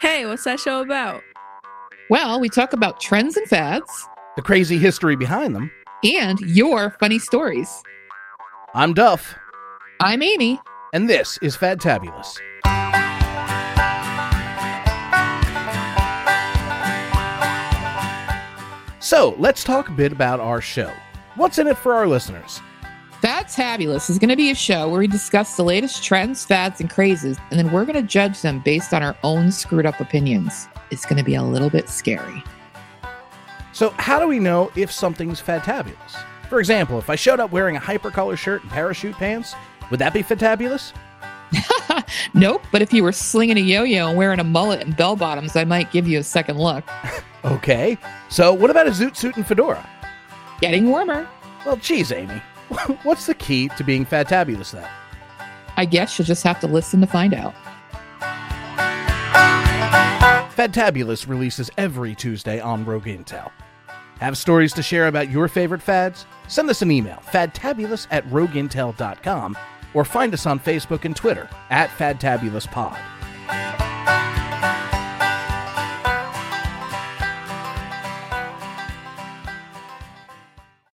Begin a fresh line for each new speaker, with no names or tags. Hey, what's that show about?
Well, we talk about trends and fads
the crazy history behind them.
and your funny stories.
I'm Duff,
I'm Amy.
and this is Fad Tabulous. So let's talk a bit about our show. What's in it for our listeners?
Fads Fabulous is going to be a show where we discuss the latest trends, fads, and crazes, and then we're going to judge them based on our own screwed up opinions. It's going to be a little bit scary.
So, how do we know if something's fadtabulous? For example, if I showed up wearing a hypercolor shirt and parachute pants, would that be fadtabulous?
Nope, but if you were slinging a yo yo and wearing a mullet and bell bottoms, I might give you a second look.
Okay. So, what about a zoot suit and fedora?
Getting warmer.
Well, geez, Amy. What's the key to being fadtabulous then?
I guess you'll just have to listen to find out.
Fadtabulous releases every Tuesday on Rogue Intel. Have stories to share about your favorite fads? Send us an email, fadtabulous at rogueintel.com, or find us on Facebook and Twitter at fadtabulouspod.